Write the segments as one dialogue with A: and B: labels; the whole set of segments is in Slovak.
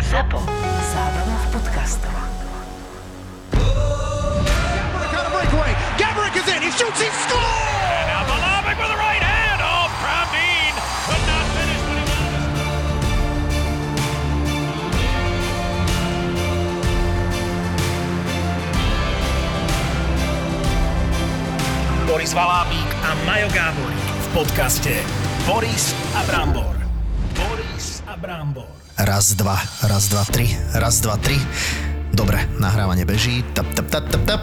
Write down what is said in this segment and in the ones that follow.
A: Zapo. Zábrná v podcastov.
B: Gabrick on a breakaway. Gabrick is in. He shoots. He scores.
C: And now Malavic with the right hand. Oh, Pravdeen could not finish what he wanted. to-
D: Boris Valábík a Majo Gáborík v podcaste Boris a Brambor. Boris a Brambor.
E: Raz, dva, raz, dva, tri, raz, dva, tri. Dobre, nahrávanie beží. Tap, tap, tap, tap, tap.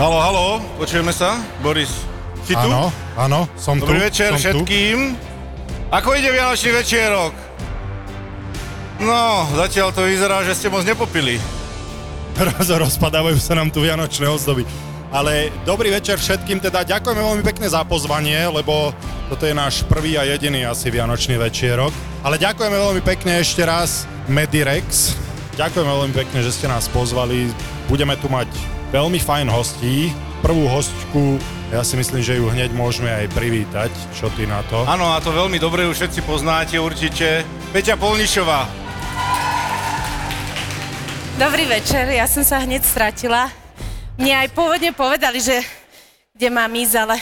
F: Halo, halo, počujeme sa? Boris, si tu?
G: Áno, áno, som tu.
F: Dobrý večer
G: som Tu.
F: všetkým. Ako ide Vianočný večierok? No, zatiaľ to vyzerá, že ste moc nepopili.
G: Roz, rozpadávajú sa nám tu vianočné ozdoby. Ale dobrý večer všetkým, teda ďakujeme veľmi pekne za pozvanie, lebo toto je náš prvý a jediný asi vianočný večierok. Ale ďakujeme veľmi pekne ešte raz Medirex. Ďakujeme veľmi pekne, že ste nás pozvali. Budeme tu mať veľmi fajn hostí. Prvú hostku, ja si myslím, že ju hneď môžeme aj privítať. Čo ty na to?
F: Áno, a to veľmi dobre, už všetci poznáte určite. Peťa Polnišová.
H: Dobrý večer, ja som sa hneď stratila. Mne aj pôvodne povedali, že kde mám ísť, ale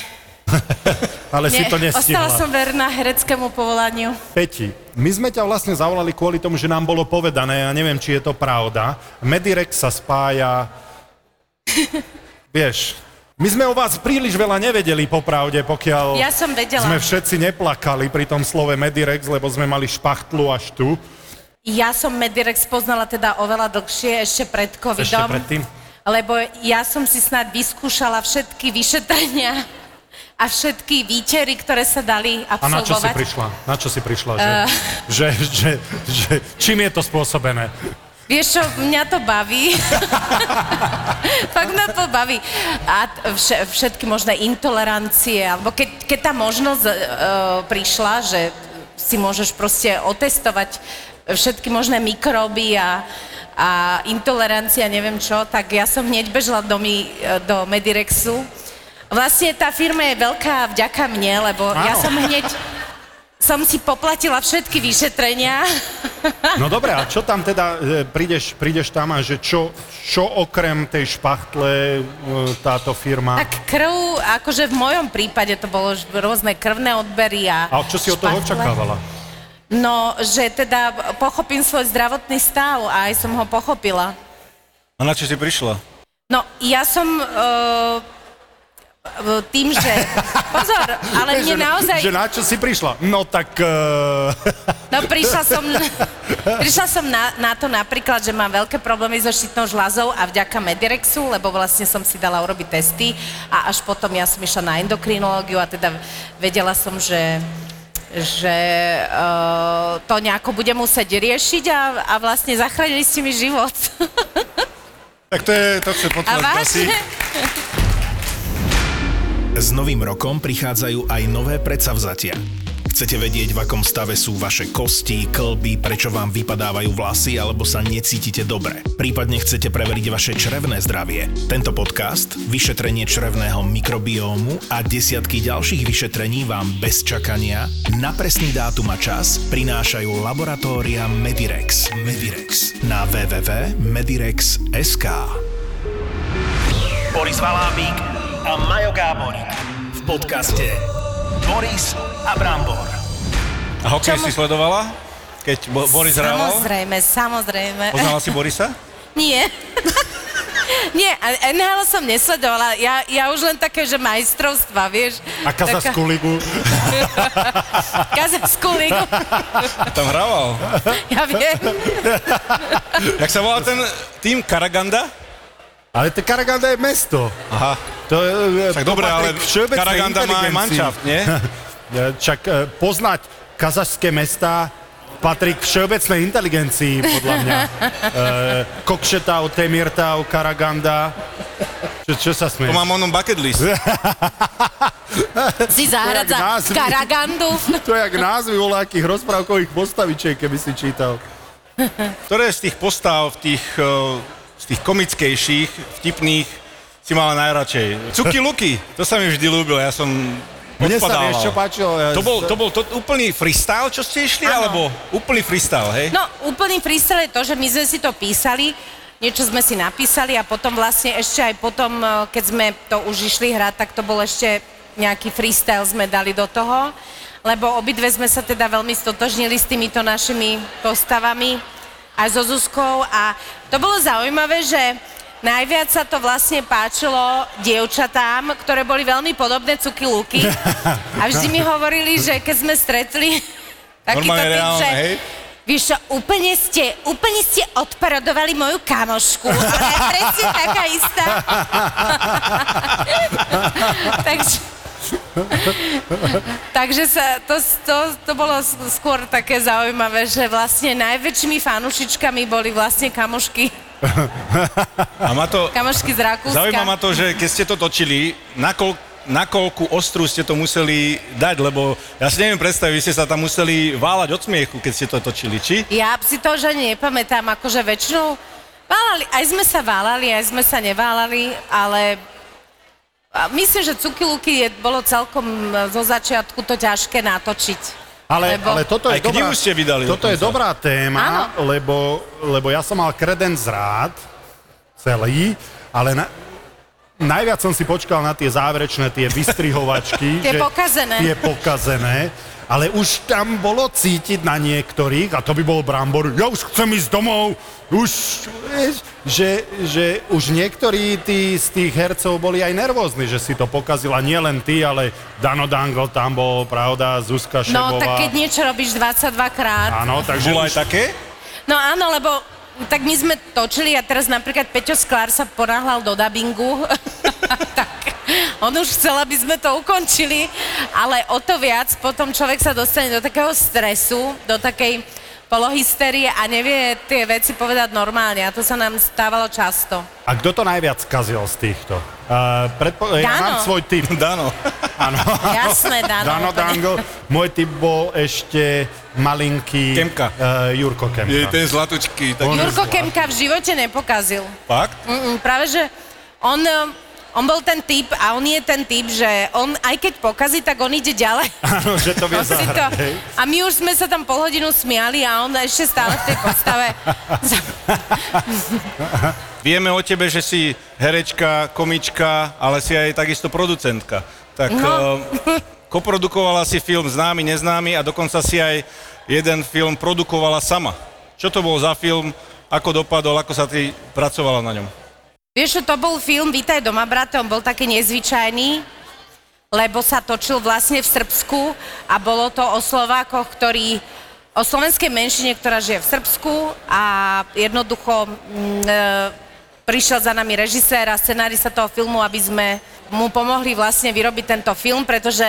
G: Ale si
H: nie,
G: to nestihla.
H: ostala som verná hereckému povolaniu.
G: Peti, my sme ťa vlastne zavolali kvôli tomu, že nám bolo povedané, ja neviem, či je to pravda, Medirex sa spája... Vieš, my sme o vás príliš veľa nevedeli popravde, pokiaľ
H: Ja som vedela.
G: sme všetci neplakali pri tom slove Medirex, lebo sme mali špachtlu až tu,
H: Ja som Medirex poznala teda oveľa dlhšie, ešte pred covidom.
G: ešte predtým.
H: Lebo ja som si snad vyskúšala všetky vyšetrenia a všetky výtery, ktoré sa dali
G: A na čo si
H: absolvovať.
G: prišla? Na čo si prišla? Že,
H: Eh.
G: že, že, že, čím je to spôsobené?
H: Vieš čo, mňa to baví. Fakt ma to baví. A t- vše, všetky možné intolerancie, alebo keď, keď tá možnosť e, prišla, že si môžeš proste otestovať všetky možné mikroby a, a intolerancia, neviem čo, tak ja som hneď bežala do, mi, e, do Medirexu. Vlastne tá firma je veľká vďaka mne, lebo ja
G: Áno.
H: som hneď... Som si poplatila všetky vyšetrenia.
G: No dobre, a čo tam teda, e, prídeš, prídeš tam a že čo, čo okrem tej špachtle e, táto firma...
H: Tak krv, akože v mojom prípade to bolo ž- rôzne krvné odbery a...
G: A čo si od toho
H: špachtle.
G: očakávala?
H: No, že teda pochopím svoj zdravotný stav a aj som ho pochopila.
F: A na čo si prišla?
H: No, ja som uh, tým, že... Pozor, ale mne
G: Že-
H: naozaj...
G: Že na čo si prišla? No tak... Uh,
H: No prišla som, prišla som na, na to napríklad, že mám veľké problémy so štítnou žľazou a vďaka Medirexu, lebo vlastne som si dala urobiť testy a až potom ja som išla na endokrinológiu a teda vedela som, že že uh, to nejako budem musieť riešiť a, a vlastne zachránili ste mi život.
F: Tak to je to, čo
H: A
F: potrebuješ asi.
H: vážne?
D: S novým rokom prichádzajú aj nové predsavzatia. Chcete vedieť, v akom stave sú vaše kosti, klby, prečo vám vypadávajú vlasy alebo sa necítite dobre. Prípadne chcete preveriť vaše črevné zdravie. Tento podcast, vyšetrenie črevného mikrobiómu a desiatky ďalších vyšetrení vám bez čakania na presný dátum a čas prinášajú laboratória Medirex. Medirex na www.medirex.sk. Boris Valábík a Majo Gáborík v podcaste Boris a Brambor.
F: A hokej si sledovala? Keď Bo- Boris hral?
H: Samozrejme, samozrejme.
F: Poznala si Borisa?
H: Nie. Nie, a- NHL som nesledovala. Ja, ja už len také, že majstrovstva, vieš.
G: a kazaskú ligu.
H: Kazaskú ligu,
F: Tam hrával.
H: ja viem.
F: Jak sa volá ten tým? Karaganda?
G: Ale to Karaganda je mesto.
F: Aha.
G: To je, e,
F: Tak
G: to
F: dobre,
G: patrí
F: ale
G: k všeobecnej
F: Karaganda má aj
G: inteligencii.
F: manšaft, nie?
G: E, Čak e, poznať kazašské eh, mesta patrí k všeobecnej inteligencii, podľa mňa. E, Kokšetau, Temirtau, Karaganda. Čo, čo sa
F: To
G: smeješ?
F: mám onom bucket list.
G: To je jak
H: Si zahradza
G: nás.
H: Karagandu.
G: To je jak názvy voľakých rozprávkových postavičiek, keby si čítal.
F: Ktoré z tých postav, tých, eh, z tých komickejších, vtipných, si mala najradšej? Cuky Luky, to sa mi vždy ľúbilo, ja som
G: Mne sa
F: odpadával.
G: vieš, čo páčilo? Ja-
F: To bol, to bol to úplný freestyle, čo ste išli,
H: Áno.
F: alebo úplný freestyle, hej?
H: No, úplný prístrel je to, že my sme si to písali, niečo sme si napísali a potom vlastne ešte aj potom, e, keď sme to už išli hrať, tak to bol ešte nejaký freestyle sme dali do toho, lebo obidve sme sa teda veľmi stotožnili s týmito našimi postavami, aj so Zuzkou a to bolo zaujímavé, že najviac sa to vlastne páčilo dievčatám, ktoré boli veľmi podobné cuky luky a vždy mi hovorili, že keď sme stretli takýto
F: Normálne
H: typ,
F: reálne,
H: že...
F: hej?
H: Vieš čo, úplne ste, úplne ste odparodovali moju kamošku. Ona je presne taká istá. takže... takže sa, to, to, to bolo s- skôr také zaujímavé, že vlastne najväčšími fanušičkami boli vlastne kamošky,
F: A ma to,
H: kamošky z Rakúska.
F: zaujíma ma to, že keď ste to točili, nakoľ, nakoľku ostru ste to museli dať, lebo ja si neviem predstaviť, vy ste sa tam museli váľať od smiechu, keď ste to točili, či?
H: Ja si to už ani nepamätám, akože väčšinou válali, aj sme sa válali, aj sme sa neválali, ale a myslím, že Cuky Luky je, bolo celkom e, zo začiatku to ťažké natočiť.
G: Ale,
H: Lebo-
G: ale toto
F: Aj
G: je
F: knihu
G: dobrá,
F: ste vydali
G: Toto
F: dokonca.
G: je dobrá téma, lebo, lebo ja som mal kredenc rád, celý, ale na, najviac som si počkal na tie záverečné, tie vystrihovačky.
H: Tie pokazené.
G: Tie pokazené. Ale už tam bolo cítiť na niektorých, a to by bol brambor, ja už chcem ísť domov, už, vieš, že, že už niektorí tí, z tých hercov boli aj nervózni, že si to pokazila nie len ty, ale Dano Dangle tam bol, pravda, Zuzka Šebová.
H: No, tak keď niečo robíš 22 krát.
G: Áno, takže
F: Bolo aj
G: už-
F: také?
H: No áno, lebo tak my sme točili a teraz napríklad Peťo Sklár sa ponáhľal do dabingu. tak on už chcel, aby sme to ukončili, ale o to viac potom človek sa dostane do takého stresu, do takej polohysterie a nevie tie veci povedať normálne a to sa nám stávalo často.
G: A kto to najviac skazil z týchto? Uh, predpo- ja
H: Dano.
G: mám svoj typ.
F: Dano.
G: Áno.
H: Jasné,
G: Dano
H: Dano, no úplne.
G: Dango. Môj typ bol ešte malinký...
F: Kemka.
G: Uh, Jurko Kemka.
F: Je ten zlatučký, tak
G: On-
H: Jurko Kemka v živote nepokazil.
F: fakt?
H: Mm-mm, práve, že on, e, on bol ten typ a on je ten typ, že on aj keď pokazí, tak on ide ďalej.
G: Áno, že to vie
H: On si to,
G: zahrať. hej.
H: a my už sme sa tam pol hodinu smiali a on ešte stále v tej postave.
F: Vieme o tebe, že si herečka, komička, ale si aj takisto producentka. Tak
H: No.
F: eh, koprodukovala si film Známy, neznámy a dokonca si aj jeden film produkovala sama. Čo to bol za film, ako dopadol, ako sa ty pracovala na ňom?
H: Vieš, čo, to bol film Vítaj doma, brate, on bol taký nezvyčajný, lebo sa točil vlastne v Srbsku a bolo to o Slovákoch, ktorí o slovenskej menšine, ktorá žije v Srbsku a jednoducho mm, e, prišiel za nami režisér a scenárista toho filmu, aby sme mu pomohli vlastne vyrobiť tento film, pretože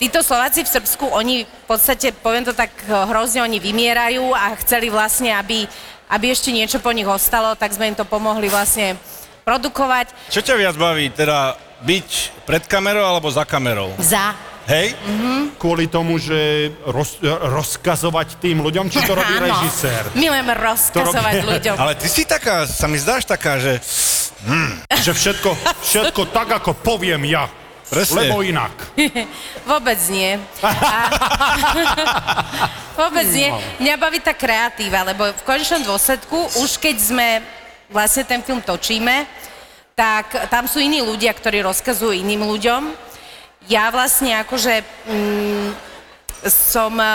H: Títo Slováci v Srbsku, oni v podstate, poviem to tak eh, hrozne, oni vymierajú a chceli vlastne, aby, aby ešte niečo po nich ostalo, tak sme im to pomohli vlastne produkovať.
F: Čo ťa viac baví, teda byť pred kamerou alebo za kamerou?
H: Za.
F: Hej?
G: Kvôli tomu, že roz, rozkazovať tým ľuďom, či to robí
H: Áno.
G: režisér.
H: Milujem no. rozkazovať
G: robí-
H: ľuďom.
F: Ale ty si taká, sa mi zdáš taká, že...
G: Že všetko, všetko tak, ako poviem ja.
F: Presne.
G: Lebo inak.
H: Vôbec nie. A... Vôbec nie. Mňa baví tá kreatíva, lebo v konečnom dôsledku, už keď sme vlastne ten film točíme, tak tam sú iní ľudia, ktorí rozkazujú iným ľuďom. Ja vlastne akože mm, som... e,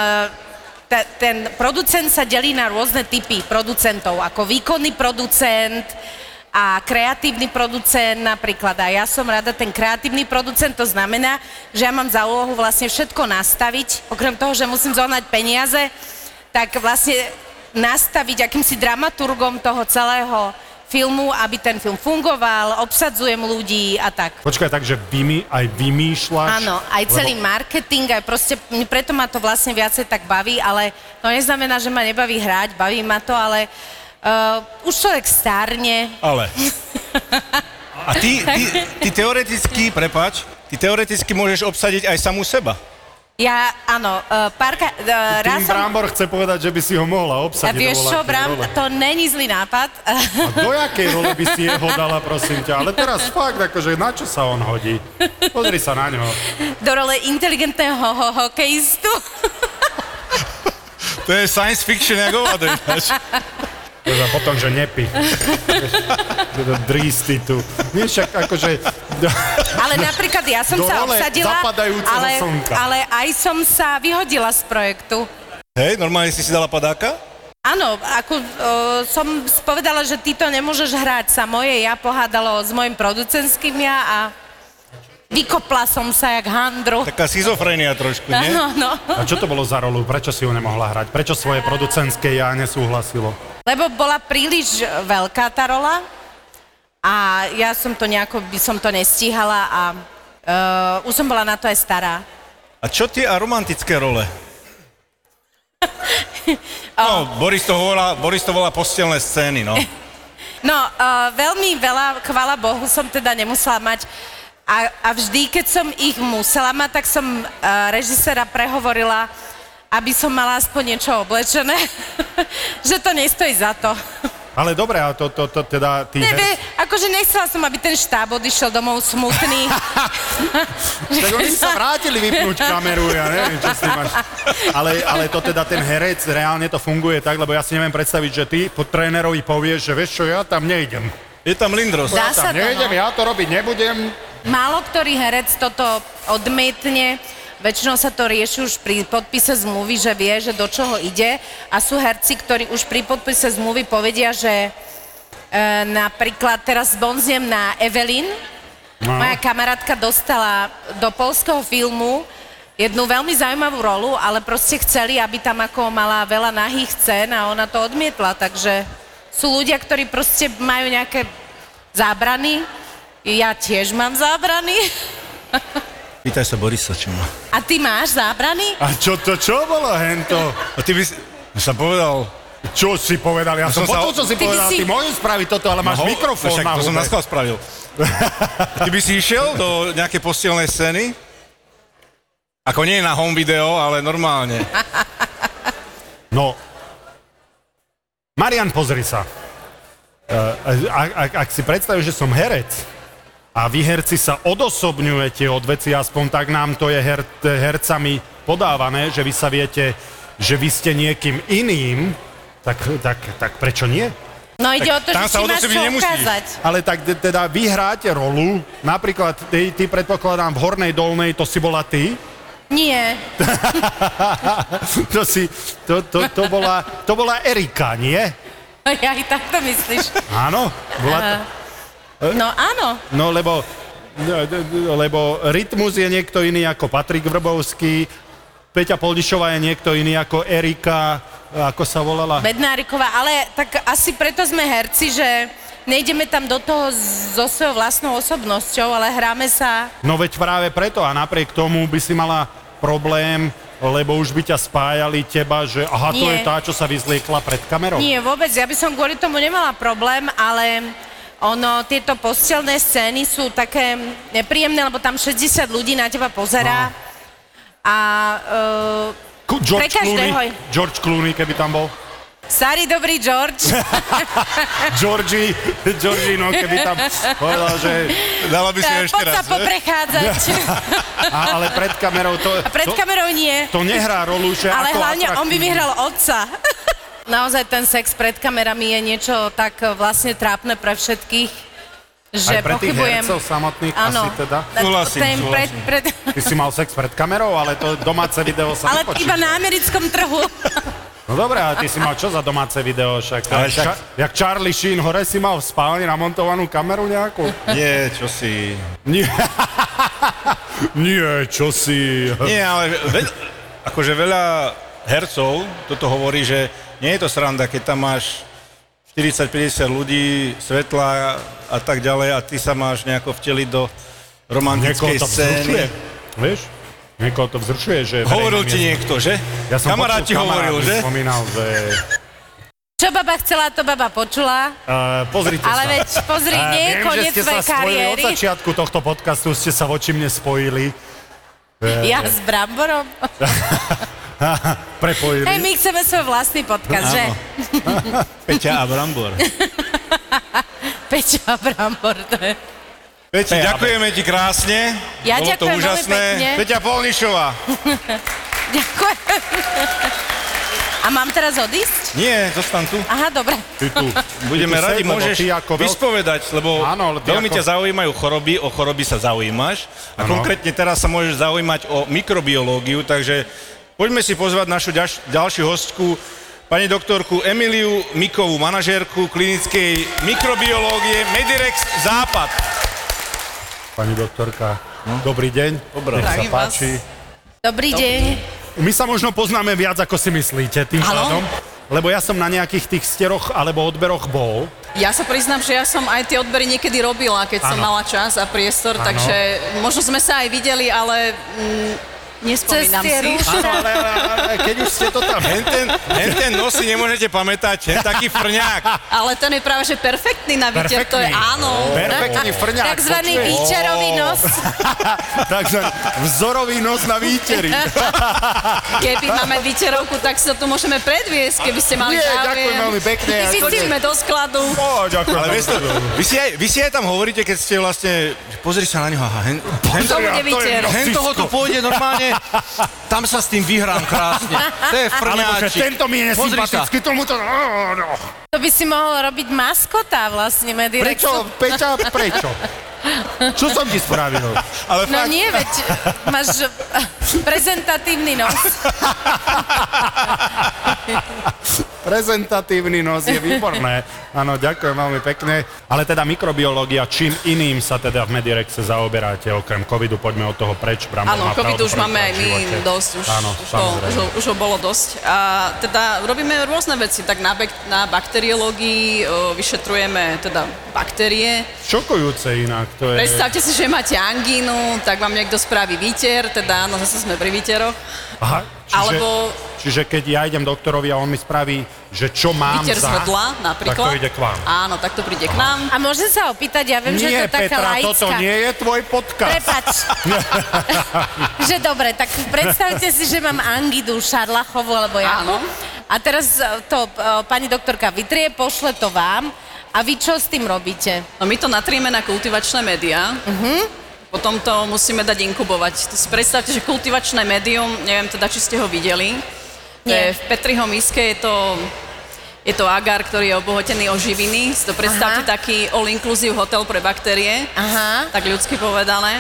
H: te- ten producent sa delí na rôzne typy producentov, ako výkonný producent a kreatívny producent napríklad. A ja som rada ten kreatívny producent, to znamená, že ja mám za úlohu vlastne všetko nastaviť, okrem toho, že musím zohnať peniaze, tak vlastne nastaviť akýmsi dramaturgom toho celého filmu, aby ten film fungoval, obsadzujem ľudí a tak.
G: Počkaj, takže vymi, aj vymýšľaš?
H: Áno, aj celý
G: Lebo-
H: marketing, aj proste, m, preto ma to vlastne viacej tak baví, ale to neznamená, že ma nebaví hrať, baví ma to, ale uh, už človek stárne,
F: Ale. A ty, ty, ty teoreticky, prepač, ty teoreticky môžeš obsadiť aj samú seba.
H: ja, áno, uh, párka, uh,
G: Tým
H: raz som...
G: Brambor chce povedať, že by si ho mohla
H: A
G: obsadiť. do
H: vieš čo,
G: voľakej
H: Bram,
G: role.
H: to není zlý nápad.
G: A do jakej role by si jeho dala, prosím ťa? Ale teraz fakt, akože na čo sa on hodí? Pozri sa na ňo.
H: Do role inteligentného ho- hokejistu.
F: To je science fiction, ako ovádej.
G: Teda potom, že nepí. Teda drísty tu. Nie však akože...
H: Ale napríklad ja som
G: Do
H: sa
G: role
H: obsadila,
G: zapadajúceho
H: ale,
G: slnka.
H: ale aj som sa vyhodila z projektu.
F: Hej, normálne si si dala padáka?
H: Áno, ako e, som povedala, že ty to nemôžeš hrať sa moje, ja pohádalo s mojim producenským ja a vykopla som sa jak handru.
F: Taká schizofrenia trošku, nie?
H: Áno, no.
G: A čo to bolo za rolu? Prečo si ju nemohla hrať? Prečo svoje producentské ja nesúhlasilo?
H: Lebo bola príliš veľká tá rola a ja som to nejako, by som to nestíhala a e, už som bola na to aj stará.
F: A čo tie a romantické role? No, Boris to volá, Boris to volá postelné scény, no.
H: No, uh, veľmi veľa, chvála Bohu, som teda nemusela mať. A, a vždy, keď som ich musela mať, tak som uh, režisera prehovorila, aby som mala aspoň niečo oblečené, že to nestojí za to.
G: Ale dobre, a to, to, to teda ty...
H: Nebe, akože nechcela som, aby ten štáb odišiel domov smutný.
G: Tak oni sa vrátili vypnúť kameru, ja neviem, čo s tým máš. Ale, ale to teda ten herec, reálne to funguje tak, lebo ja si neviem predstaviť, že ty po trénerovi povieš, že vieš čo, ja tam nejdem.
F: Je tam Lindros.
H: Dá
G: Tam
H: sa to,
G: nejdem,
H: no.
G: ja to robiť nebudem.
H: Málo ktorý herec toto odmietne, väčšinou sa to rieši už pri podpise zmluvy, že vie, že do čoho ide a sú herci, ktorí už pri podpise zmluvy povedia, že e, napríklad teraz bonziem na Evelyn,
G: No.
H: moja kamarátka dostala do polského filmu jednu veľmi zaujímavú rolu, ale proste chceli, aby tam ako mala veľa nahých scén a ona to odmietla, takže sú ľudia, ktorí proste majú nejaké zábrany. Ja tiež mám zábrany.
F: Pýtaj sa Borisa, či má.
H: A ty máš zábrany?
G: A čo to, čo bolo hento?
F: A ty by si... Ja som povedal...
G: Čo si povedal? Ja
F: No
G: som
F: som sa-
G: počul, čo si
H: Ty by
G: povedal.
H: si-
G: Ty môžeš spraviť toto, ale máš
F: No,
G: mikrofón
F: však
G: na
F: to som
G: hube.
F: naskal spravil. Ty by si išiel do nejakej postielnej scény? Ako nie na home video, ale normálne.
G: No. Marian, pozri sa. E, Ak, ak, ak si predstavíš, že som herec a vy herci sa odosobňujete od veci, aspoň tak nám to je her, hercami podávané, že vy sa viete, že vy ste niekým iným, tak, tak, tak prečo nie?
H: No ide o to,
F: tam sa
H: že si máš
F: odosobniť
H: čo
F: nemusíš.
H: ukázať.
G: Ale tak te- teda vy hráte rolu, napríklad ty, ty predpokladám v hornej dolnej, to si bola ty,
H: Nie.
G: to si, to, to, to, bola, to bola Erika, nie?
H: Ja aj tak to myslíš.
G: Áno, bola to,
H: No áno.
G: No lebo, no, lebo rytmus je niekto iný ako Patrik Vrbovský, Peťa Poldišová je niekto iný ako Erika, ako sa volala.
H: Bednáriková, ale tak asi preto sme herci, že nejdeme tam do toho so svojou vlastnou osobnosťou, ale hráme sa...
G: No veď práve preto a napriek tomu by si mala problém, lebo už by ťa spájali teba, že aha, to
H: Nie.
G: je tá, čo sa vyzliekla pred kamerou.
H: Nie, vôbec, ja by som kvôli tomu nemala problém, ale ono, tieto postelné scény sú také nepríjemné, lebo tam 60 ľudí na teba pozerá. A uh,
G: Ku- George,
H: Pre každého
G: Clooney,
H: je-
G: George Clooney, keby tam bol.
H: starý dobrý George,
G: Georgie, Georgie, no keby tam povedal, že...
F: Dala by si ho
H: poď
F: ešte
H: sa
F: raz, že?
H: poprechádzať.
G: A, ale pred kamerou to...
H: A pred
G: to,
H: kamerou nie.
G: to nehrá rolu, že
H: Ale
G: ako
H: hlavne on by
G: atraktívny.
H: vyhral otca. Naozaj ten sex pred kamerami je niečo tak eh, vlastne trápne pre všetkých, že
G: Aj pre tých
H: pochybujem.
G: hercov samotných
H: Áno.
G: asi teda.
F: Súhlasím,
H: Ten
F: súhlasím.
H: pred, pred,
G: Ty si mal sex pred kamerou, ale to domáce video sa
H: ale
G: nepočíta.
H: iba na americkom trhu.
G: No dobré, ale ty si mal čo za domáce video však?
F: Ale
G: Ale
F: však-
G: Ča- jak Charlie Sheen hore si mal v spálni namontovanú kameru nejakú?
F: Nie, čo si...
G: Nie. Nie, čo si...
F: Nie, ale veľ, akože veľa hercov toto hovorí, že nie je to sranda, keď tam máš 40-50 ľudí, svetla a tak ďalej a ty sa máš nejako vteliť do romantickej scény.
G: Vieš? Niekoho to vzrušuje, že...
F: Hovoril
G: verejné
F: ti
G: miesto-
F: niekto, že?
G: Ja som
F: Kamarát
G: počul,
F: ti hovoril,
G: kamarát mi
F: že?
G: Spomínal, že...
H: Čo baba chcela, to baba počula.
G: Uh, pozrite
H: Ale
G: sa.
H: veď pozri,
G: Eh,
H: nie je
G: viem,
H: koniec
G: že ste sa
H: svojej
G: spojili od
H: kariéry.
G: začiatku tohto podcastu, ste sa voči mne spojili,
H: Ja s Bramborom.
G: prepojili.
H: Hej, my chceme svoj vlastný podcast, že?
F: Peťa a Brambor.
H: Peťo a Brambor, to je...
F: Peťa, ďakujeme ti krásne.
H: Ja
F: Bolo to
H: ďakujem veľmi
F: úžasné.
H: pekne.
F: Peťa Polnišová.
H: Ďakujem. A mám teraz odísť?
F: Nie, zostan tu.
H: Aha, dobre.
G: Ty tu,
F: Budeme
G: ty tu
F: radi,
G: sedl, lebo
F: môžeš
G: ty ako veľký-
F: vyspovedať, lebo
G: Áno, ale ty
F: veľmi
G: ako-
F: ťa zaujímajú choroby, o choroby sa zaujímaš a
G: Áno.
F: konkrétne teraz sa môžeš zaujímať o mikrobiológiu, takže poďme si pozvať našu ďaš- ďalšiu hostku, pani doktorku Emiliu Mikovú, manažérku klinickej mikrobiológie Medirex Západ.
G: Pani doktorka, No. dobrý deň. Dobre. Nech sa
I: Zdravím vás.
G: páči.
H: Dobrý deň.
G: My sa možno poznáme viac, ako si myslíte tým
I: Áno.
G: pádom. Lebo ja som na nejakých tých steroch alebo odberoch bol.
I: Ja sa priznám, že ja som aj tie odbery niekedy robila, keď som
G: Áno.
I: mala čas a priestor,
G: Áno.
I: takže možno sme sa aj videli, ale mm,
H: Cez
I: nespomínam
H: tie
I: si.
G: Áno,
H: rúška.
G: ale, ale, ale keď už ste to tam...
F: Hen ten, hen ten nos si nemôžete pamätať, hen taký frňák.
I: Ale ten je práve že perfektný na výter, to je
G: Perfektný.
I: áno.
G: Perfektný frňák.
H: Takzvaný
G: počuješ?
H: výčarový nos.
G: Takže vzorový nos na výteri.
I: Keby máme výterovku, tak sa tu môžeme predviesť, keby ste mali
G: Nie, ďakujem
I: záujem.
G: veľmi pekne.
H: Ty si
I: Chodíme do skladu.
G: Ó, ďakujem.
F: Ale vieš to, vy si, aj, vy si aj tam hovoríte, keď ste vlastne, že pozri sa na neho, aha, hen, hen,
I: To bude výter.
F: Hen toho tu pôjde normálne, tam sa s tým vyhrám krásne. To je
G: Alebo že
F: frňáčik.
G: tento mi je
F: Pozri sa.
G: sympatický, tomuto... Ó, no.
H: To by si mohol robiť maskota vlastne
G: Prečo,
H: Medirexu.
G: Peťa, prečo? Čo som ti spravil?
F: Ale
H: No
F: fakt,
H: nie, veď máš prezentatívny nos.
G: Prezentatívny nos je výborné. Áno, ďakujem veľmi pekne. Ale teda mikrobiológia, čím iným sa teda v Medirexe zaoberáte, okrem covidu, poďme od toho preč, Brambo má
I: Áno, COVID
G: pravdu,
I: už máme aj
G: prvýkrát v
I: my
G: živote.
I: dosť, už,
G: Áno,
I: už, to,
G: samozrejme.
I: už, ho- už ho bolo dosť. A teda robíme rôzne veci, tak na, bak- na bakteriológii o, vyšetrujeme teda baktérie.
G: Šokujúce inak, to je...
I: Predstavte si, že máte angínu, tak vám niekto spraví výter, teda áno, zase sme pri výteroch.
G: Aha, čiže,
I: alebo-
G: čiže keď ja idem doktorovi a on mi spraví, že čo mám
I: Výter z
G: za...
I: hrdla napríklad.
G: Tak to ide k vám.
I: Áno, tak to príde k nám.
H: A môžem sa opýtať, ja viem, že je
G: Nie,
H: to taká
G: Petra,
H: laická.
G: toto nie je tvoj podcast.
H: Prepač. že dobre, tak predstavte si, že mám Angidu Šarlachovú alebo Janu.
I: Áno.
H: A teraz e, to e, pani doktorka vytrie, pošle to vám. A vy čo s tým robíte?
I: No my to natrieme na kultivačné médiá.
H: Mhm.
I: Potom to musíme dať inkubovať. To si predstavte, že kultivačné médium, neviem teda, či ste ho videli. To
H: Nie.
I: je V Petriho miske je to, je to agár, ktorý je obohotený o živiny. Si to predstavte
H: Aha.
I: taký all-inclusive hotel pre baktérie,
H: Aha.
I: tak ľudsky povedané.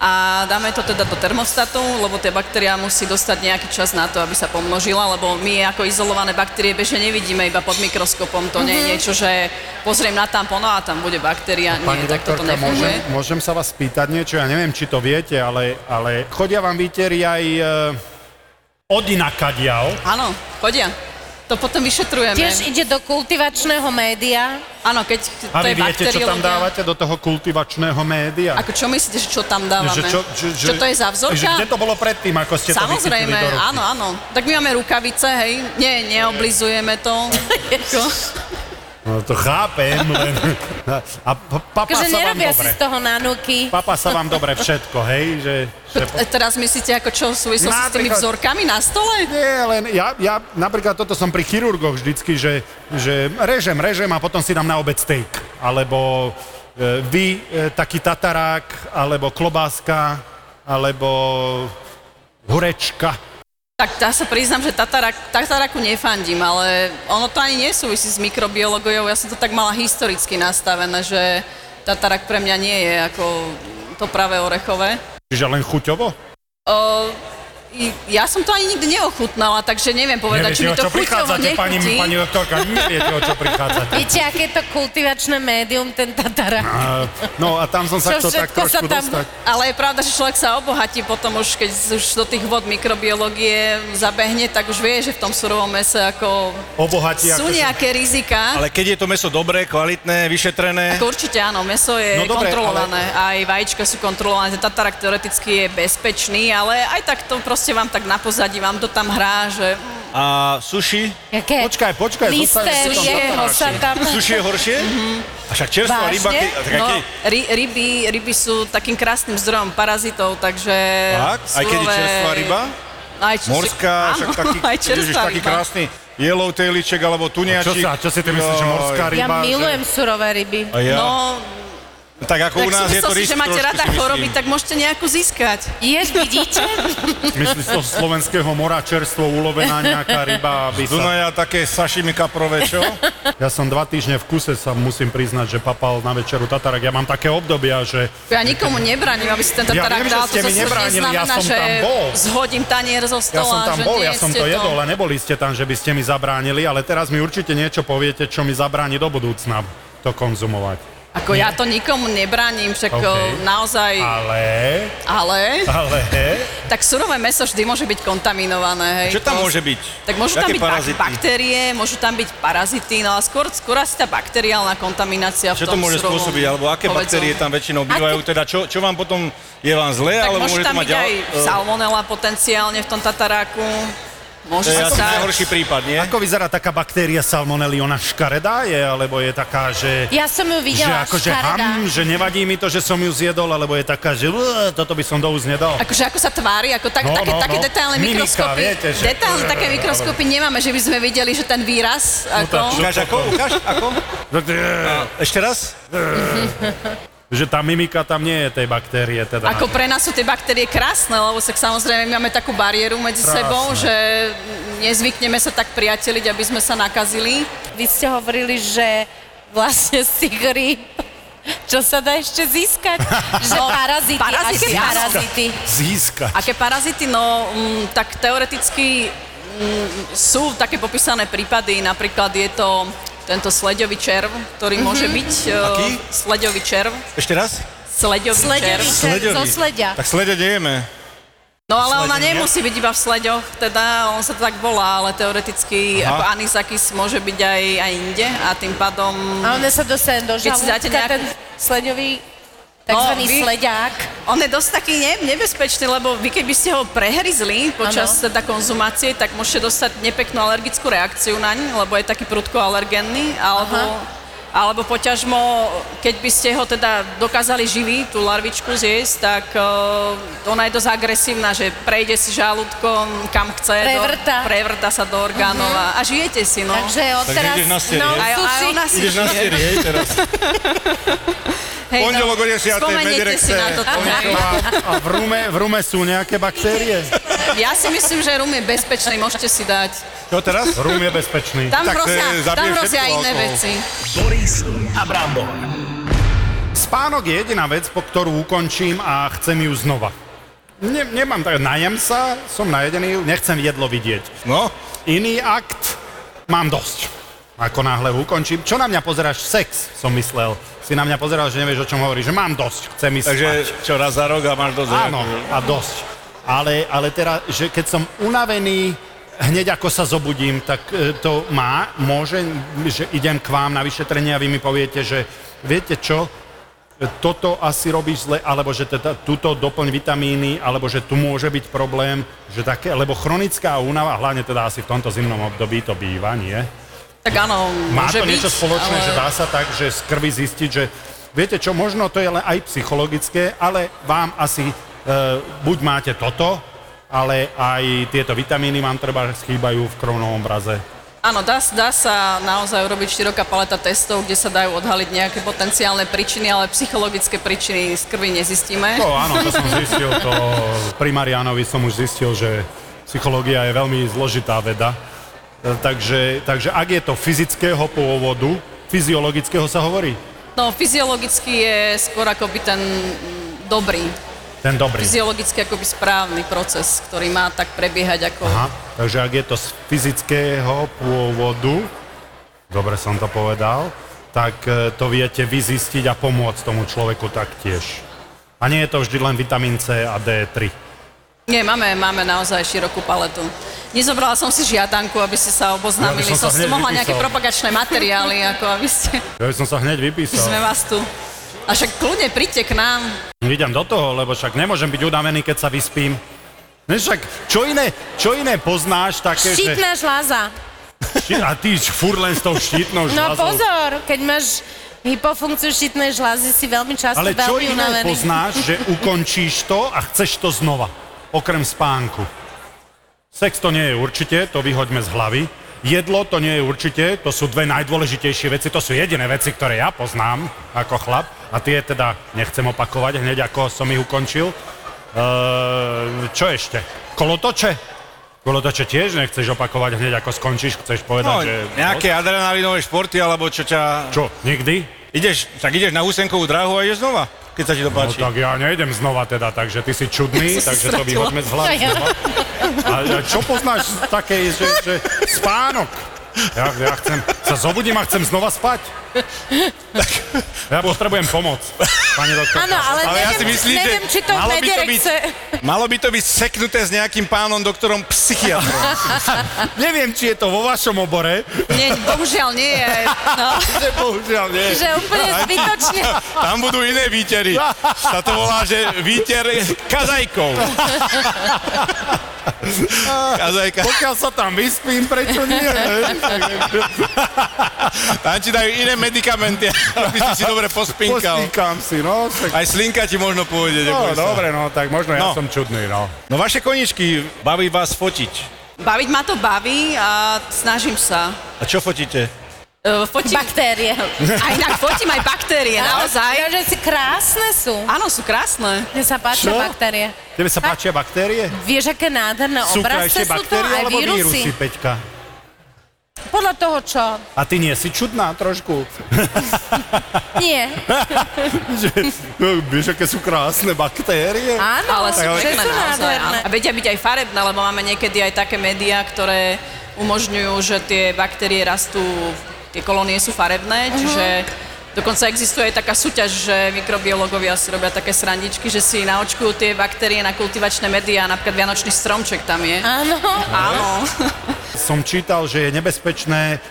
I: A dáme to teda do termostatu, lebo tie baktéria musí dostať nejaký čas na to, aby sa pomnožila, lebo my ako izolované baktérie bežne nevidíme iba pod mikroskopom. To nie je
H: Mhm.
I: niečo, že pozriem na tampon no a tam bude baktéria.
G: Pani
I: nie, tak toto
G: doktorka, môžem,
I: nefunguje.
G: môžem sa vás spýtať niečo? Ja neviem, či to viete, ale, ale chodia vám výtery aj e, od inakadiaľ.
I: Áno, chodia. To potom vyšetrujeme.
H: Tiež ide do kultivačného média.
I: Áno, keď
G: A
I: to
G: vy
I: je
G: viete, čo tam
I: bakteriológia.
G: dávate do toho kultivačného média?
I: Ako čo myslíte, že čo tam dávame?
G: Že čo, že, že,
I: čo to je za vzorka?
G: Že kde to bolo predtým, ako ste to
I: Samozrejme,
G: vychytili do ruky?
I: áno, áno. Tak my máme rukavice, hej. Nie, neoblizujeme to. Ako-
G: No, to chápem, len... A p- papa
H: Takže
I: Akože
G: sa vám
H: nerobia si
G: dobre.
H: z toho nanuky.
G: Papa sa vám dobre všetko, hej? Že, že po-
I: E, Teraz myslíte, ako čo v súvislosti s tými
G: Napríklad-
I: vzorkami na stole?
G: Nie, len ja, ja napríklad toto som pri chirurgoch vždycky, že, že režem, režem a potom si dám na obed steak. Alebo e, vy e, taký tatarák, alebo klobáska, alebo horečka.
I: Tak ja sa priznám, že tatarak, tataraku nefandím, ale ono to ani nesúvisí s mikrobiológiou. Ja som to tak mala historicky nastavené, že tatarak pre mňa nie je ako to pravé orechové.
G: Čiže len chuťovo?
I: O, I- Ja som to ani nikdy neochutnala, takže neviem povedať,
G: Neviete,
I: či mi
G: o čo
I: to chuťovo
G: prichádzate, pani,
I: nechutí.
G: pani doktorka, neviete, o čo prichádzate.
H: Viete, aké to kultivačné médium, ten Tatara.
G: A, no a tam som sa
H: Čo
G: chcel tak
H: všetko sa
G: trošku
H: tam-
G: dostať.
I: Ale je pravda, že človek sa obohatí potom už, keď už do tých vod mikrobiológie zabehne, tak už vie, že v tom surovom mese ako
G: Obohatí. ako
I: sú
G: sa-
I: nejaké rizika.
F: Ale keď je to meso dobré, kvalitné, vyšetrené,
I: Ako určite áno, meso je
F: No dobre,
I: kontrolované, aj vajíčka sú kontrolované, ten tatarak teoreticky je bezpečný, ale aj tak to proste vám tak na pozadí, vám to tam hrá, že
F: A sushi?
H: Jaké
G: Počkaj, počkaj, zostaň
H: listé,
G: si tam
H: jeho
G: zataráči.
H: sa tam...
F: Sushi je horšie? A však čerstvá
H: Vážne?
F: ryba, keď, a tak aj
I: Mhm. no,
F: keď,
I: ry, ryby, ryby sú takým krásnym zdrojom parazitov, takže...
F: tak? Aj keď je
I: surové-
F: čerstvá ryba?
I: Aj čo-
F: Morská,
I: áno,
F: však taký,
I: aj
F: ježiš,
I: čerstvá
F: taký
I: ryba.
F: krásny yellow tailiček alebo
G: Čo,
F: tuniačik.
G: sa, čo si ty myslíš, že morská
F: Joj.
G: ryba?
H: Ja
G: že-
H: milujem surové ryby.
F: A ja?
I: No,
F: tak ako
I: tak
F: u nás
I: som
F: je to
I: myslel si,
F: risk
I: že máte
F: trošku,
I: rada
F: si myslím.
I: choroby, tak môžete nejakú získať.
H: Ješ, vidíte?
G: Myslíš to z slovenského mora čerstvo ulovená nejaká ryba,
F: Z
G: aby sa...
F: Dunaja také sashimi kaprové, čo?
G: Ja som dva týždne v kuse sa musím priznať, že papal na večeru Tatarak. Ja mám také obdobia, že
I: Ja nikomu nebraním, aby si ten
G: Ja
I: tatarák
G: viem, že
I: dal, to
G: ste mi
I: zase
G: nebránili, ja
I: neznamená,
G: som
I: že
G: tam bol.
I: zhodím tanier zo
G: ja
I: stola,
G: som tam
I: že
G: bol,
I: nie
G: ja som to
I: ste to
G: jedol, ale neboli ste tam, že by ste mi zabránili, ale teraz mi určite niečo poviete, čo mi zabráni do budúcna to konzumovať.
I: Ako ja to nikomu nebraním, však
G: OK.
I: okay. naozaj,
G: Ale,
I: ale...
G: ale,
I: Tak surové meso vždy môže byť kontaminované, hej.
F: Čo tam
I: To-
F: môže byť?
I: Tak môžu tam
F: Jaké
I: byť bak-
F: parazity?
I: baktérie, môžu tam byť parazity, no a skôr, skôr asi tá bakteriálna kontaminácia
F: Čo
I: v
F: to
I: tom
F: môže
I: surovom
F: spôsobiť? Alebo aké
I: povedzom.
F: baktérie tam väčšinou bývajú? Teda čo, čo vám potom, je vám zle,
I: Tak
F: alebo môže
I: môže
F: to
I: tam
F: mať eh.
I: byť
F: ďal... e,
I: aj salmonela potenciálne v tom tataráku.
F: To
I: Môže
F: je
I: sa
F: asi
I: stať.
F: najhorší prípad, nie?
G: ako vyzerá taká baktéria salmonelly? Ona škaredá je, alebo je taká, že...
H: Ja som ju
G: že
H: videla,
G: akože
H: škaredá.
G: ham, že nevadí mi to, že som ju zjedol, alebo je taká, že "Ué, toto by som do úst nedal.
I: Akože ako sa tvári, ako tak,
G: No,
I: také,
G: no,
I: také
G: no.
I: detailné
G: Mimika,
I: mikroskopy.
G: viete, že-
I: Detailné
F: Eh,
I: také mikroskopy nemáme, že by sme videli, že ten výraz,
F: No
I: ako...
G: tak,
F: Ukáž ako? Ukáž ako? Ešte raz?
G: Že tá mimika tam nie je tej baktérie, teda.
I: Ako pre nás sú tie baktérie krásne, lebo sa samozrejme my máme takú bariéru medzi
G: Krásne.
I: sebou, že nezvykneme sa tak priateliť, aby sme sa nakazili.
H: Vy ste hovorili, že vlastne z tých rýb, čo sa dá ešte získať? Že
I: No,
H: parazity,
I: parazity,
H: aké
I: áno.
H: parazity.
G: Získať.
I: Aké parazity, no mm, tak teoreticky mm, sú také popísané prípady, napríklad je to tento sledový červ, ktorý môže byť e,
F: Aký?
I: sledový červ,
F: Ešte raz?
I: sledový,
H: Sledový
I: červ.
H: červ zo sledia.
F: Tak sledia nejeme.
I: No ale ona
F: Sledenie?
I: nemusí byť iba v sleďoch, teda on sa to tak volá, ale teoreticky
F: Aha.
I: ako anisakis môže byť aj, aj inde a tým pádom...
H: A on sa dostane do
I: Keď si
H: žalúdka,
I: dáte nejak-
H: ten sledový, takzvaný
I: No, vy-
H: sledák.
I: On je dosť taký ne, nebezpečný, lebo vy keby ste ho prehryzli počas
H: Áno.
I: teda konzumácie, tak môžete dostať nepeknú alergickú reakciu naň, lebo je taký prudko alergenný, alebo, alebo poťažmo, keď by ste ho teda dokázali živý, tú larvičku zjesť, tak eh, ona je dosť agresívna, že prejde si žalúdkom kam chce,
H: Prevrta. Mhm.
I: Do, prevrta sa do orgánov a- a žijete si, no.
H: Takže od
F: Takže
H: teraz...
F: ideš na sterie.
H: no,
I: Aj- aj
H: sushi.
I: ona si
F: Ideš na
I: žije.
F: stieri, hej, teraz.
I: Hej,
F: Pondelok o 10. v
I: spomeniete
F: Medirexe.
I: si na to.
G: A, a v, rume, v rume sú nejaké baktérie?
I: Ja si myslím, že rum je bezpečný, môžete si dať.
F: Čo teraz?
G: Rum je bezpečný.
I: Tam
F: Tak,
I: hrozia,
G: e,
F: eh, zabije
I: tam hrozia
F: všetko
I: iné
F: alkohol.
I: veci.
D: Boris a Brambor.
G: Spánok je jediná vec, po ktorú ukončím a chcem ju znova. Ne, nemám tak, najem sa, som najedený, nechcem jedlo vidieť.
F: No,
G: Iný akt mám dosť. Ako náhle ukončím. Čo na mňa pozeráš? Sex, som myslel. Si na mňa pozeral, že nevieš, o čom hovoríš. Že mám dosť, chcem ísť spať.
F: takže čo raz za rok a máš dosť.
G: Áno,
F: akože.
G: a dosť. Ale, ale teda, že keď som unavený, hneď ako sa zobudím, tak e, to má, môže, že idem k vám na vyšetrenie a vy mi poviete, že viete čo, e, toto asi robíš zle, alebo že teda tuto doplň vitamíny, alebo že tu môže byť problém, že také, lebo chronická únava, hlavne teda asi v tomto zimnom období to býva, nie?
I: Tak áno,
G: Má
I: môže
G: to
I: byť,
G: niečo spoločné,
I: ale...
G: že dá sa tak, že z krvi zistiť, že viete čo, možno to je len aj psychologické, ale vám asi e, buď máte toto, ale aj tieto vitamíny vám treba chýbajú v kronovom mraze.
I: Áno, dá, dá sa naozaj urobiť široká paleta testov, kde sa dajú odhaliť nejaké potenciálne príčiny, ale psychologické príčiny z krvi nezistíme.
G: To áno, to som zistil, to pri Marianovi som už zistil, že psychológia je veľmi zložitá veda. E, Takže, takže ak je to fyzického pôvodu, fyziologického sa hovorí,
I: No, fyziologicky je skôr akoby ten mm, dobrý.
G: Ten dobrý.
I: fyziologicky akoby správny proces, ktorý má tak prebiehať ako...
G: Aha, takže ak je to z fyzického pôvodu, dobre som to povedal, tak e, to viete vy zistiť a pomôcť tomu človeku taktiež. A nie je to vždy len vitamín C a D3.
I: Nie, máme, máme naozaj širokú paletu. Nezobrala som si žiadanku, aby ste sa
G: Ja
I: oboznámili.
G: by som sa
I: som si
G: hneď
I: mohla nejaké
G: vypísal.
I: propagačné materiály, ako aby ste...
G: Ja by som sa hneď
I: My sme
G: vypísal.
I: vás tu. A však kľudne príďte k nám.
G: Idem do toho, lebo však nemôžem byť unavený, keď sa vyspím. Ne, však čo iné, čo iné poznáš také, že...
H: Štítna žláza.
G: Šti- A ty č- furt len s tou štítnou
H: No
G: žľazou.
H: pozor, keď máš hypofunkciu štítnej žlázy, si veľmi často
G: Ale čo
H: veľmi
G: iné
H: unavený.
G: poznáš, že ukončíš to a chceš to znova, okrem spánku? Sex to nie je určite, to vyhoďme z hlavy. Jedlo to nie je určite, to sú dve najdôležitejšie veci, to sú jediné veci, ktoré ja poznám ako chlap a tie teda nechcem opakovať hneď ako som ich ukončil. Ehm, čo ešte? Kolotoče? Kolotoče tiež nechceš opakovať hneď ako skončíš, chceš povedať,
F: No,
G: že...
F: nejaké adrenalinové športy, alebo čo ťa...
G: Čo, nikdy?
F: Ideš, tak ideš na úsenkovú dráhu a ideš znova, keď sa ti to
G: No
F: páči.
G: tak ja nejdem znova teda, takže ty si čudný,
I: Ja som
G: takže
I: si
G: to
I: stratila.
G: vyhoďme z hlavy.
H: Ja.
G: znova. A, a čo poznáš z takej, že, že spánok? Ja, ja chcem, sa zobudím a chcem znova spať. Ja potrebujem pomoc, pani doktor.
H: Áno, ale,
F: Ale ja si
H: neviem,
F: myslím,
H: či,
F: že
H: neviem, či to v
F: malo by to
H: nedere
F: byť-
H: chce.
F: Malo by to byť seknuté s nejakým pánom doktorom psychiatrom.
G: Neviem, či je to vo vašom obore,
I: Nie, bohužiaľ nie je. No,
F: Že Bohužiaľ nie.
H: Že úplne zbytočne.
F: Tam budú iné výtery. Sa to volá, že výter kazajkou. Kazajka.
G: pokiaľ sa tam vyspím, prečo nie? hej?
F: Tam ti dajú iné medikamenty, aby si si dobre pospinkal.
G: Pospíkam si, no. Tak,
F: Aj slinka ti možno pôjde.
G: no,
F: neboj sa.
G: dobre, no, tak možno ja
F: No.
G: som čudný, no.
F: No vaše koničky, baví vás fotiť.
I: baviť ma to baví a snažím sa.
F: A čo fotíte?
I: E, Fotím,
H: Baktérie.
I: a inak fotím aj baktérie,
H: Ja,
I: naozaj.
H: že si krásne sú.
I: Áno, sú krásne.
H: Mne sa páčia
G: Čo?
H: baktérie.
G: Tebe sa páčia baktérie?
H: Vieš, aké nádherné
G: Sú
H: obrazce
G: krajšie
H: sú to,
G: baktérie
H: aj
G: alebo
H: vírusy.
G: vírusy, Peťka?
H: Podľa toho čo?
G: A ty nie si čudná trošku?
H: Nie.
G: že, no, vieš, aké sú krásne baktérie?
H: Áno,
I: Ale sú
H: že
I: pekné
H: sú
I: naozaj.
H: nádherné.
I: áno. A vedia byť aj farebné, lebo máme niekedy aj také médiá, ktoré umožňujú, že tie baktérie rastú, tie kolónie sú farebné, čiže dokonca existuje aj taká súťaž, že mikrobiológovia si robia také srandičky, že si naočkujú tie baktérie na kultivačné médiá, napríklad Vianočný stromček tam je.
H: Áno.
I: Áno.
G: Som čítal, že je nebezpečné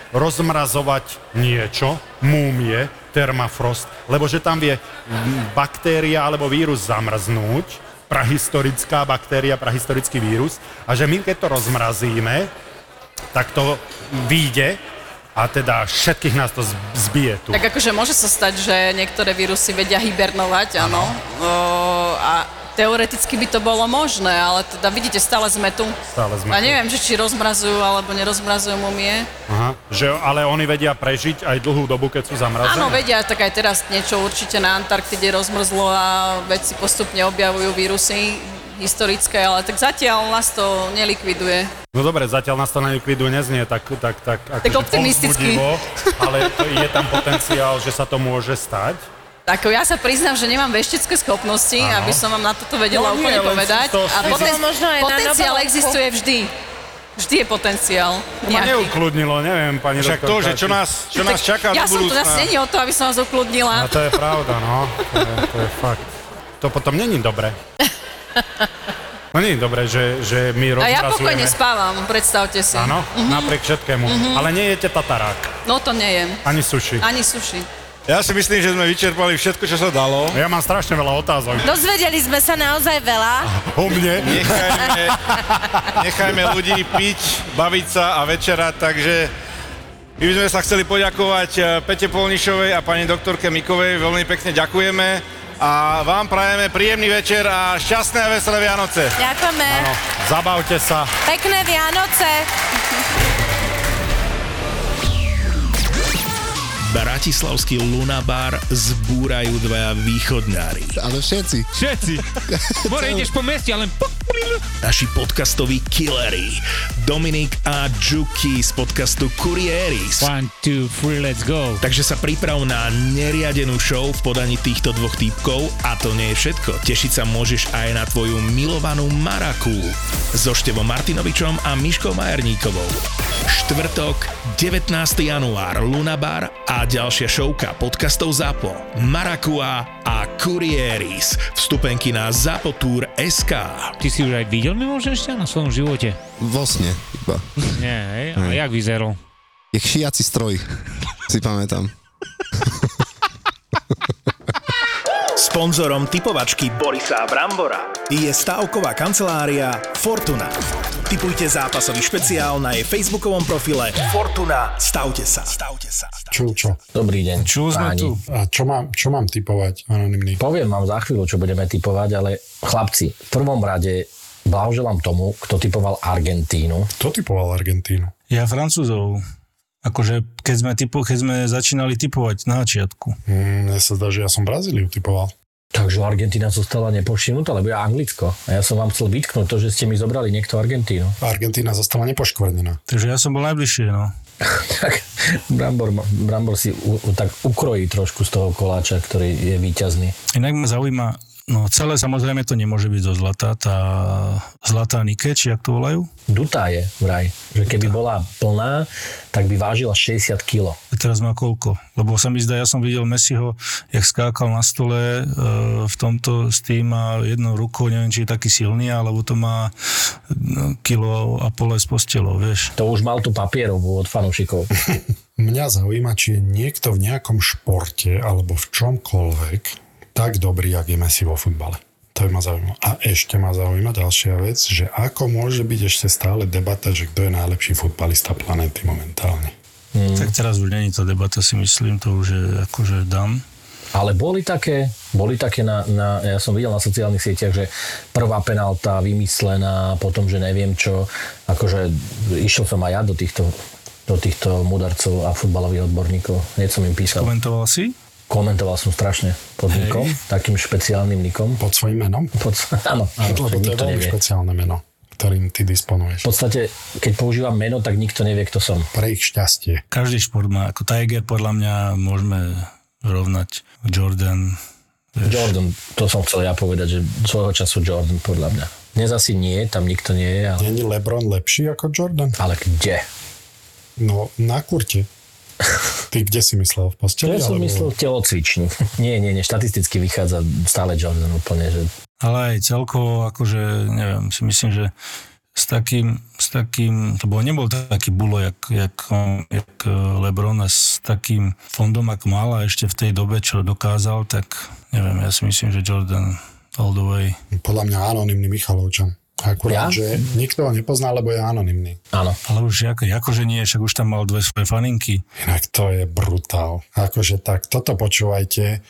G: rozmrazovať niečo, múmie, termafrost, lebo že tam vie mm, baktéria alebo vírus zamrznúť, prahistorická baktéria, prahistorický vírus, a že my keď to rozmrazíme, tak to vyjde a teda všetkých nás to z- zbije tu.
I: Tak akože môže sa stať, že niektoré vírusy vedia hibernovať, áno. O, a teoreticky by to bolo možné, ale teda vidíte, stále sme tu.
G: Stále sme
I: A
G: tu.
I: neviem, že či rozmrazujú alebo nerozmrazujú mumie.
G: Aha. Že, ale oni vedia prežiť aj dlhú dobu, keď sú zamrazené.
I: Áno, vedia, tak aj teraz niečo určite na Antarktide rozmrzlo a vedci postupne objavujú vírusy historické, ale tak zatiaľ nás to nelikviduje.
G: No dobre, zatiaľ nás to na likvidu neznie, tak, tak, tak, tak
I: optimisticky.
G: ale to, je tam potenciál, že sa to môže stať.
I: Tak ja sa priznám, že nemám veštecké schopnosti,
G: Áno.
I: aby som vám na toto vedela
G: No nie,
I: úplne
G: len
I: povedať.
G: som to-
I: A
G: Ja som
I: poten-
H: to možno aj na
I: potenciál
H: Nobelovku.
I: existuje vždy. Vždy je potenciál.
G: No Ma
I: Nejaký.
G: neukludnilo, neviem, pani
F: Však to, že čo nás, čo nás čaká do
I: Ja som tu
F: budúcna.
I: zase není o to, aby som vás
G: A
I: ukludnila.
G: to je pravda, no. To je, to je fakt. To potom není dobre. No není dobre, že, že my
I: A
G: rozmrazujeme.
I: ja pokojne Mhm. spávam, predstavte si.
G: Áno, napriek všetkému. Ale nejete tatarák,
I: No to nejem.
G: ani suši.
I: Ani suši.
F: Ja si myslím, že sme vyčerpali všetko, čo sa dalo.
G: Ja mám strašne veľa otázok.
H: Dozvedeli sme sa naozaj veľa.
G: O mne?
F: Nechajme, nechajme ľudí piť, baviť sa a večerať, takže my by sme sa chceli poďakovať eh, Pete Polnišovej a pani doktorke Mikovej, veľmi pekne ďakujeme a vám prajeme príjemný večer a šťastné a veselé Vianoce.
H: Ďakujeme.
G: No, zabavte sa.
H: Pekné Vianoce.
D: Bratislavský Luna Bar zbúrajú dvaja východňári.
J: Všetci. More ideš po meste, ale puk,
D: Naši podcastoví killery Dominik a Juki z podcastu Kurieris.
K: One, two, three, let's go.
D: Takže sa priprav na neriadenú show v podaní týchto dvoch týpkov a to nie je všetko. Tešiť sa môžeš aj na tvoju milovanú Maraku so Števom Martinovičom a Miškou Majerníkovou. Štvrtok, 19. január, Lunabar a ďalšia showka podcastov ZAPO, Marakua a Kurieris. Vstupenky na zapotur.sk SK.
K: Ty si už aj videl mimoženšťa na svojom živote?
L: Vo sne, iba.
K: Nie, hej? A jak vyzeral?
L: Je šiaci stroj, si pamätám.
D: Sponzorom typovačky Borisa Brambora je stavková kancelária Fortuna. Typujte zápasový špeciál na jej facebookovom profile Fortuna. Stavte sa. Stavte sa.
M: Čo, čo?
N: Dobrý deň.
K: Čo sme
N: páni.
K: tu?
O: A čo mám, čo mám typovať, anonimný?
N: Poviem vám za chvíľu, čo budeme typovať, ale chlapci, v prvom rade blahoželám tomu, kto typoval Argentínu.
O: Kto typoval Argentínu?
P: Ja Francúzov. Akože keď sme, typu, keď sme začínali typovať na začiatku.
O: Mm, mne sa zdá, že ja som Brazíliu typoval.
N: Takže Argentína zostala nepovšimnutá, lebo ja Anglicko. A ja som vám chcel vytknúť to, že ste mi zobrali niekto Argentínu.
O: Argentína zostala nepoškvrnená.
P: Takže ja som bol najbližšie, no.
N: tak Brambor, ma- Brambor si u, u, tak ukrojí trošku z toho koláča, ktorý je výťazný.
P: Inak ma zaujíma, no celé samozrejme to nemôže byť zo zlata, tá zlatá nike, či jak to volajú.
N: Dutá je vraj, že keby bola plná, tak by vážila 60 kg.
P: A teraz má koľko? Lebo sa mi zdá, ja som videl Messiho, jak skákal na stole e, v tomto s tým a jednou rukou, neviem, či je taký silný, alebo to má no, kilo a pole s postelou, vieš.
N: To už mal tu papierovú od fanúšikov.
O: Mňa zaujíma, či je niekto v nejakom športe alebo v čomkoľvek tak dobrý, jak je Messi vo futbale. To by ma zaujíma. A ešte ma zaujíma ďalšia vec, že ako môže byť ešte stále debata, že kto je najlepší futbalista planéty momentálne.
P: Mm. Tak teraz už není tá debata, si myslím, to už je akože dám.
N: Ale boli také, boli také na, na, ja som videl na sociálnych sieťach, že prvá penálta vymyslená, potom, že neviem čo, akože išiel som aj ja do týchto, do týchto mudarcov a futbalových odborníkov. Nie som im písal.
P: Komentoval si?
N: Komentoval som strašne pod nikom, takým špeciálnym nikom.
O: Pod svojím menom?
N: Pod, áno, áno,
O: Lebo to je
N: však nikto
O: veľmi
N: nevie.
O: špeciálne meno, ktorým ty
N: V
O: disponuješ.
N: podstate, keď používam meno, tak nikto nevie, kto som.
O: Pre ich šťastie.
P: Každý šport má, ako Tiger podľa mňa môžeme rovnať Jordan.
N: Jordan, to som chcel ja povedať, že svojho času Jordan, podľa mňa. Dnes asi nie, tam nikto nie je, ale,
O: Není LeBron lepší ako Jordan?
N: ale kde?
O: No, na kurte. Ty kde si myslel? V posteli?
N: Ja som
O: alebo-
N: myslel telocvični. Nie, nie, nie, štatisticky vychádza stále Jordan úplne, že
P: Ale aj celkovo, akože, neviem, si myslím, že s takým, s takým, to bol, nebol taký bulo, jak, jak, jak eh, Lebron a s takým fondom, ako mal a ešte v tej dobe, čo dokázal, tak neviem, ja si myslím, že Jordan all the way.
O: Podľa mňa anonimný Michalovčan. Akurát,
N: Ja?
O: že nikto ho nepozná, lebo je anonimný.
N: áno.
P: Ale už ako, akože nie, však už tam mal dve svoje faninky.
O: Inak to je brutál. Akože tak, toto počúvajte.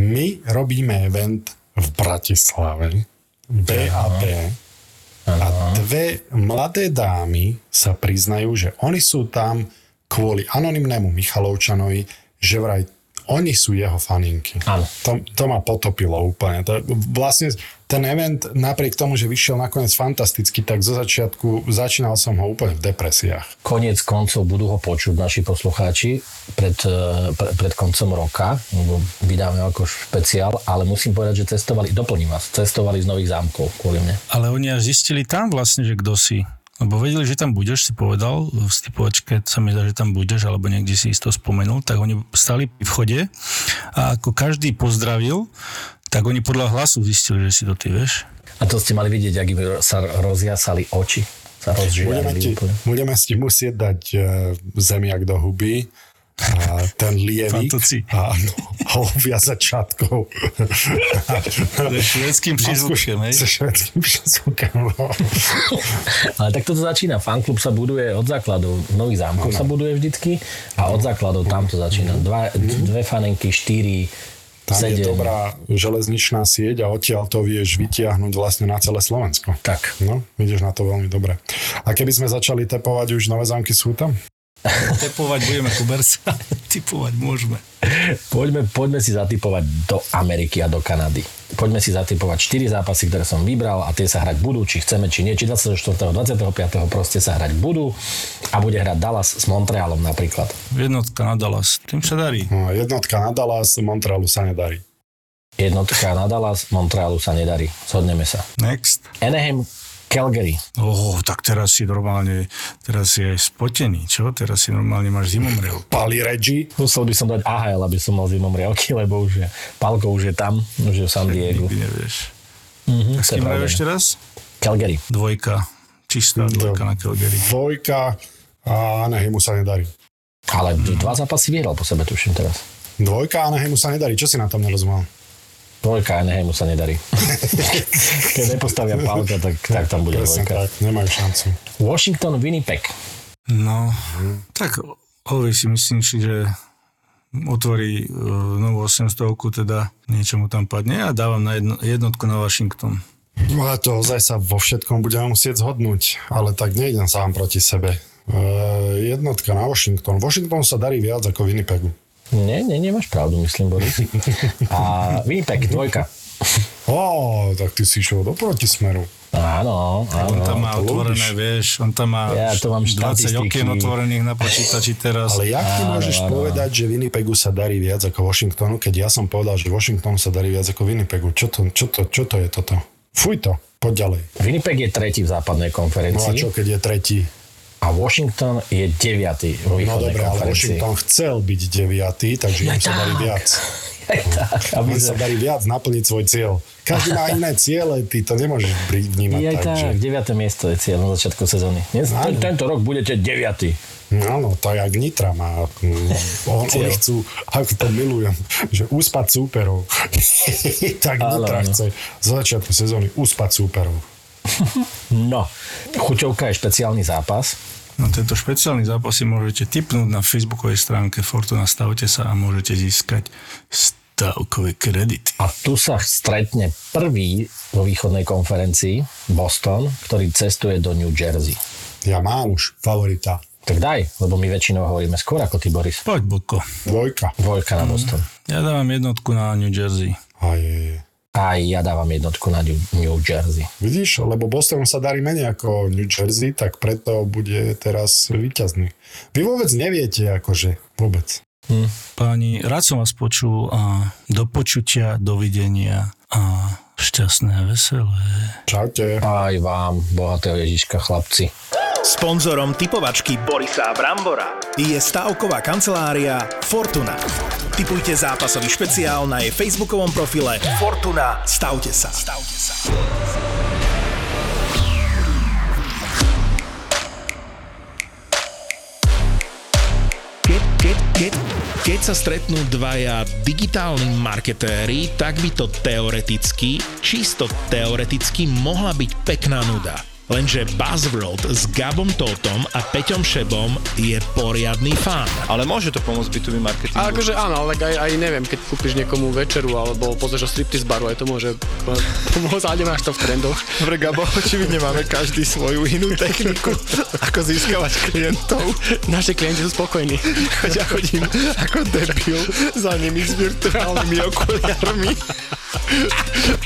O: My robíme event v Bratislave. BAB. A dve mladé dámy sa priznajú, že oni sú tam kvôli anonimnému Michalovčanovi, že vraj oni sú jeho faninky.
N: Áno.
O: To, to ma potopilo úplne. To, vlastne ten event, napriek tomu, že vyšiel nakoniec fantasticky, tak zo začiatku začínal som ho úplne v depresiách.
N: Koniec koncov budú ho počuť naši poslucháči pred, eh, pre, pred koncom roka, lebo vydáme ho ako špeciál, ale musím povedať, že cestovali, doplním vás, cestovali z nových zámkov kvôli mne.
P: Ale oni až zistili tam vlastne, že kto si. Lebo vedeli, že tam budeš, si povedal, v stipovačke sa mi zdá, že tam budeš, alebo niekde si isto spomenul, tak oni stali pri vchode a ako každý pozdravil, tak oni podľa hlasu zistili, že si to ty, vieš.
N: A to ste mali vidieť, ak im sa rozjasali oči, sa
O: Budeme, ti,
N: rozžiarili úplne.
O: budeme si musieť dať e, zemiak do huby a ten lievik
P: Fantoci.
O: a ho obviazať šatkou.
P: švédským prízvukom, hej?
O: So švedským prízvukom. no.
N: Ale tak toto začína. Fanklub sa buduje od základov. Nový zámkov sa buduje vždycky a od základov tam to začína. Dva, dve fanenky, štyri,
O: Mhm. Tam je
N: sedem.
O: dobrá železničná sieť a odtiaľ to vieš vytiahnuť vlastne na celé Slovensko.
N: Tak.
O: No, ideš na to veľmi dobre. A keby sme začali tepovať, už nové zámky sú tam?
P: Tepovať budeme kuberca, typovať môžeme.
N: Poďme, poďme si zatipovať do Ameriky a do Kanady. poďme si zatypovať 4 zápasy, ktoré som vybral a tie sa hrať budú, či chceme, či nie, či 24. 25. proste sa hrať budú a bude hrať Dallas s Montrealom napríklad.
P: Jednotka na Dallas, tým sa darí.
O: No, jednotka na Dallas, Montrealu sa nedarí.
N: Jednotka na Dallas, Montrealu sa nedarí. Shodneme sa.
P: Next.
N: Anaheim, Calgary.
P: Oh, tak teraz si normálne, teraz si aj spotený, čo? Teraz si normálne máš zimomriel.
O: Pali Regi.
N: Musel by som dať AHL, aby som mal zimomrielky, lebo už je, Palko už je tam, už je v San Diego.
P: Nikdy nevieš. Tak
N: Mhm,
P: s
N: to je
P: kým hrajú
N: pravda.
P: ešte raz?
N: Calgary.
P: Dvojka.
N: No.
P: Čistá dvojka na Calgary.
O: Dvojka a Anaheimu sa nedarí.
N: Ale dva zápasy vyhral po sebe, tuším teraz.
O: Dvojka a Anaheimu sa nedarí. Čo si na tom nerozumel?
N: Dvojka Anaheimu sa nedarí. Keď nepostavia Palka, tak, tak tam bude
O: Presne
N: dvojka.
O: tak, nemajú šancu.
N: Washington, Winnipeg.
P: No,
N: Mhm.
P: tak Ovi si myslím, si, že otvorí e, novú 800 teda niečo mu tam padne a dávam na jedno, jednotku na Washington.
O: No a to ozaj sa vo všetkom budeme musieť zhodnúť, ale tak nejdem sám proti sebe. E, jednotka na Washington. Washington sa darí viac ako Winnipegu.
N: Nie, nie, nemáš pravdu, myslím, Boris. A Winnipeg, dvojka.
O: Ó, tak ty si išiel do protismeru.
N: Áno, áno.
P: On tam má
O: to
P: otvorené,
O: ľúbiš.
P: vieš, on tam má
N: No, Ja to mám
P: 20
N: štatistiky.
P: okien otvorených na počítači teraz.
O: Ale jak ty môžeš povedať, že Winnipegu sa darí viac ako Washingtonu, keď ja som povedal, že Washingtonu sa darí viac ako Winnipegu? Čo to, čo to, čo to je toto? Fuj to, poď ďalej.
N: Winnipeg je tretí v západnej
O: No a
N: konferencii
O: čo, keď je tretí?
N: a Washington je deviatý vo
O: No
N: východnej
O: dobre, ale
N: konferencii. No
O: Washington chcel byť deviatý, takže im sa darí viac. Aby
N: Aby
O: sa
N: sa-
O: darí viac naplniť svoj cieľ. Každý má iné ciele, ty to nemôžeš pri- vnímať
N: Je aj
O: tak, že...
N: tak, 9. miesto je cieľ na začiatku sezóny. Dnes, ten,
O: Áno.
N: tento rok budete 9.
O: No Áno, to je jak Nitra má. mm, On,
N: Cieľ.
O: oni chcú, ako to milujem, že uspať súperov. tak
N: Áno,
O: Nitra
N: áno.
O: chce za začiatku sezóny uspať súperov.
N: No, chuťovka je špeciálny zápas.
P: Na tento špeciálny zápas si môžete tipnúť na facebookovej stránke Fortuna Stavte sa a môžete získať stavkový kredit.
N: A tu sa stretne prvý vo východnej konferencii, Boston, ktorý cestuje do New Jersey.
O: Ja mám už favorita.
N: Tak daj, lebo my väčšinou hovoríme skôr ako ty, Boris.
P: Poď, Boko.
O: Dvojka.
Q: Mhm.
N: Dvojka na Boston.
P: Ja dávam jednotku na New Jersey.
O: Aj, aj, aj.
N: A ja dávam jednotku na New New Jersey.
O: Vidíš, lebo Bostonu sa darí menej ako New Jersey, tak preto bude teraz víťazný. Vy vôbec neviete, akože, vôbec.
P: Páni, rád som vás počul a do počutia, dovidenia a šťastné a veselé.
O: Čaute.
N: Aj vám, bohatého Ježiška, chlapci.
D: Sponzorom typovačky Borisa Brambora je stavková kancelária Fortuna. Typujte zápasový špeciál na jej facebookovom profile Fortuna. Stavte sa. Stavte sa. Keď, keď, keď, keď sa stretnú dvaja digitálni marketéri, tak by to teoreticky, čisto teoreticky mohla byť pekná nuda. Lenže Buzzworld s Gabom Totom a Peťom Šebom je poriadny fán.
R: Ale môže to pomôcť B2B marketingu.
S: A akože áno, ale tak aj, aj neviem, keď kúpiš niekomu večeru alebo pozrieš ho striptease baru, aj to môže p- pomôcť, ale nemáš to v trendoch.
R: Dobre, Gabo, očividne máme každý svoju inú techniku, ako získavať klientov.
S: Naši klienti sú spokojní.
R: Ja chodím ako debil za nimi s virtuálnymi okuliarmi.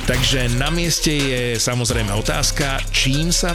D: Takže na mieste je samozrejme otázka, čím sa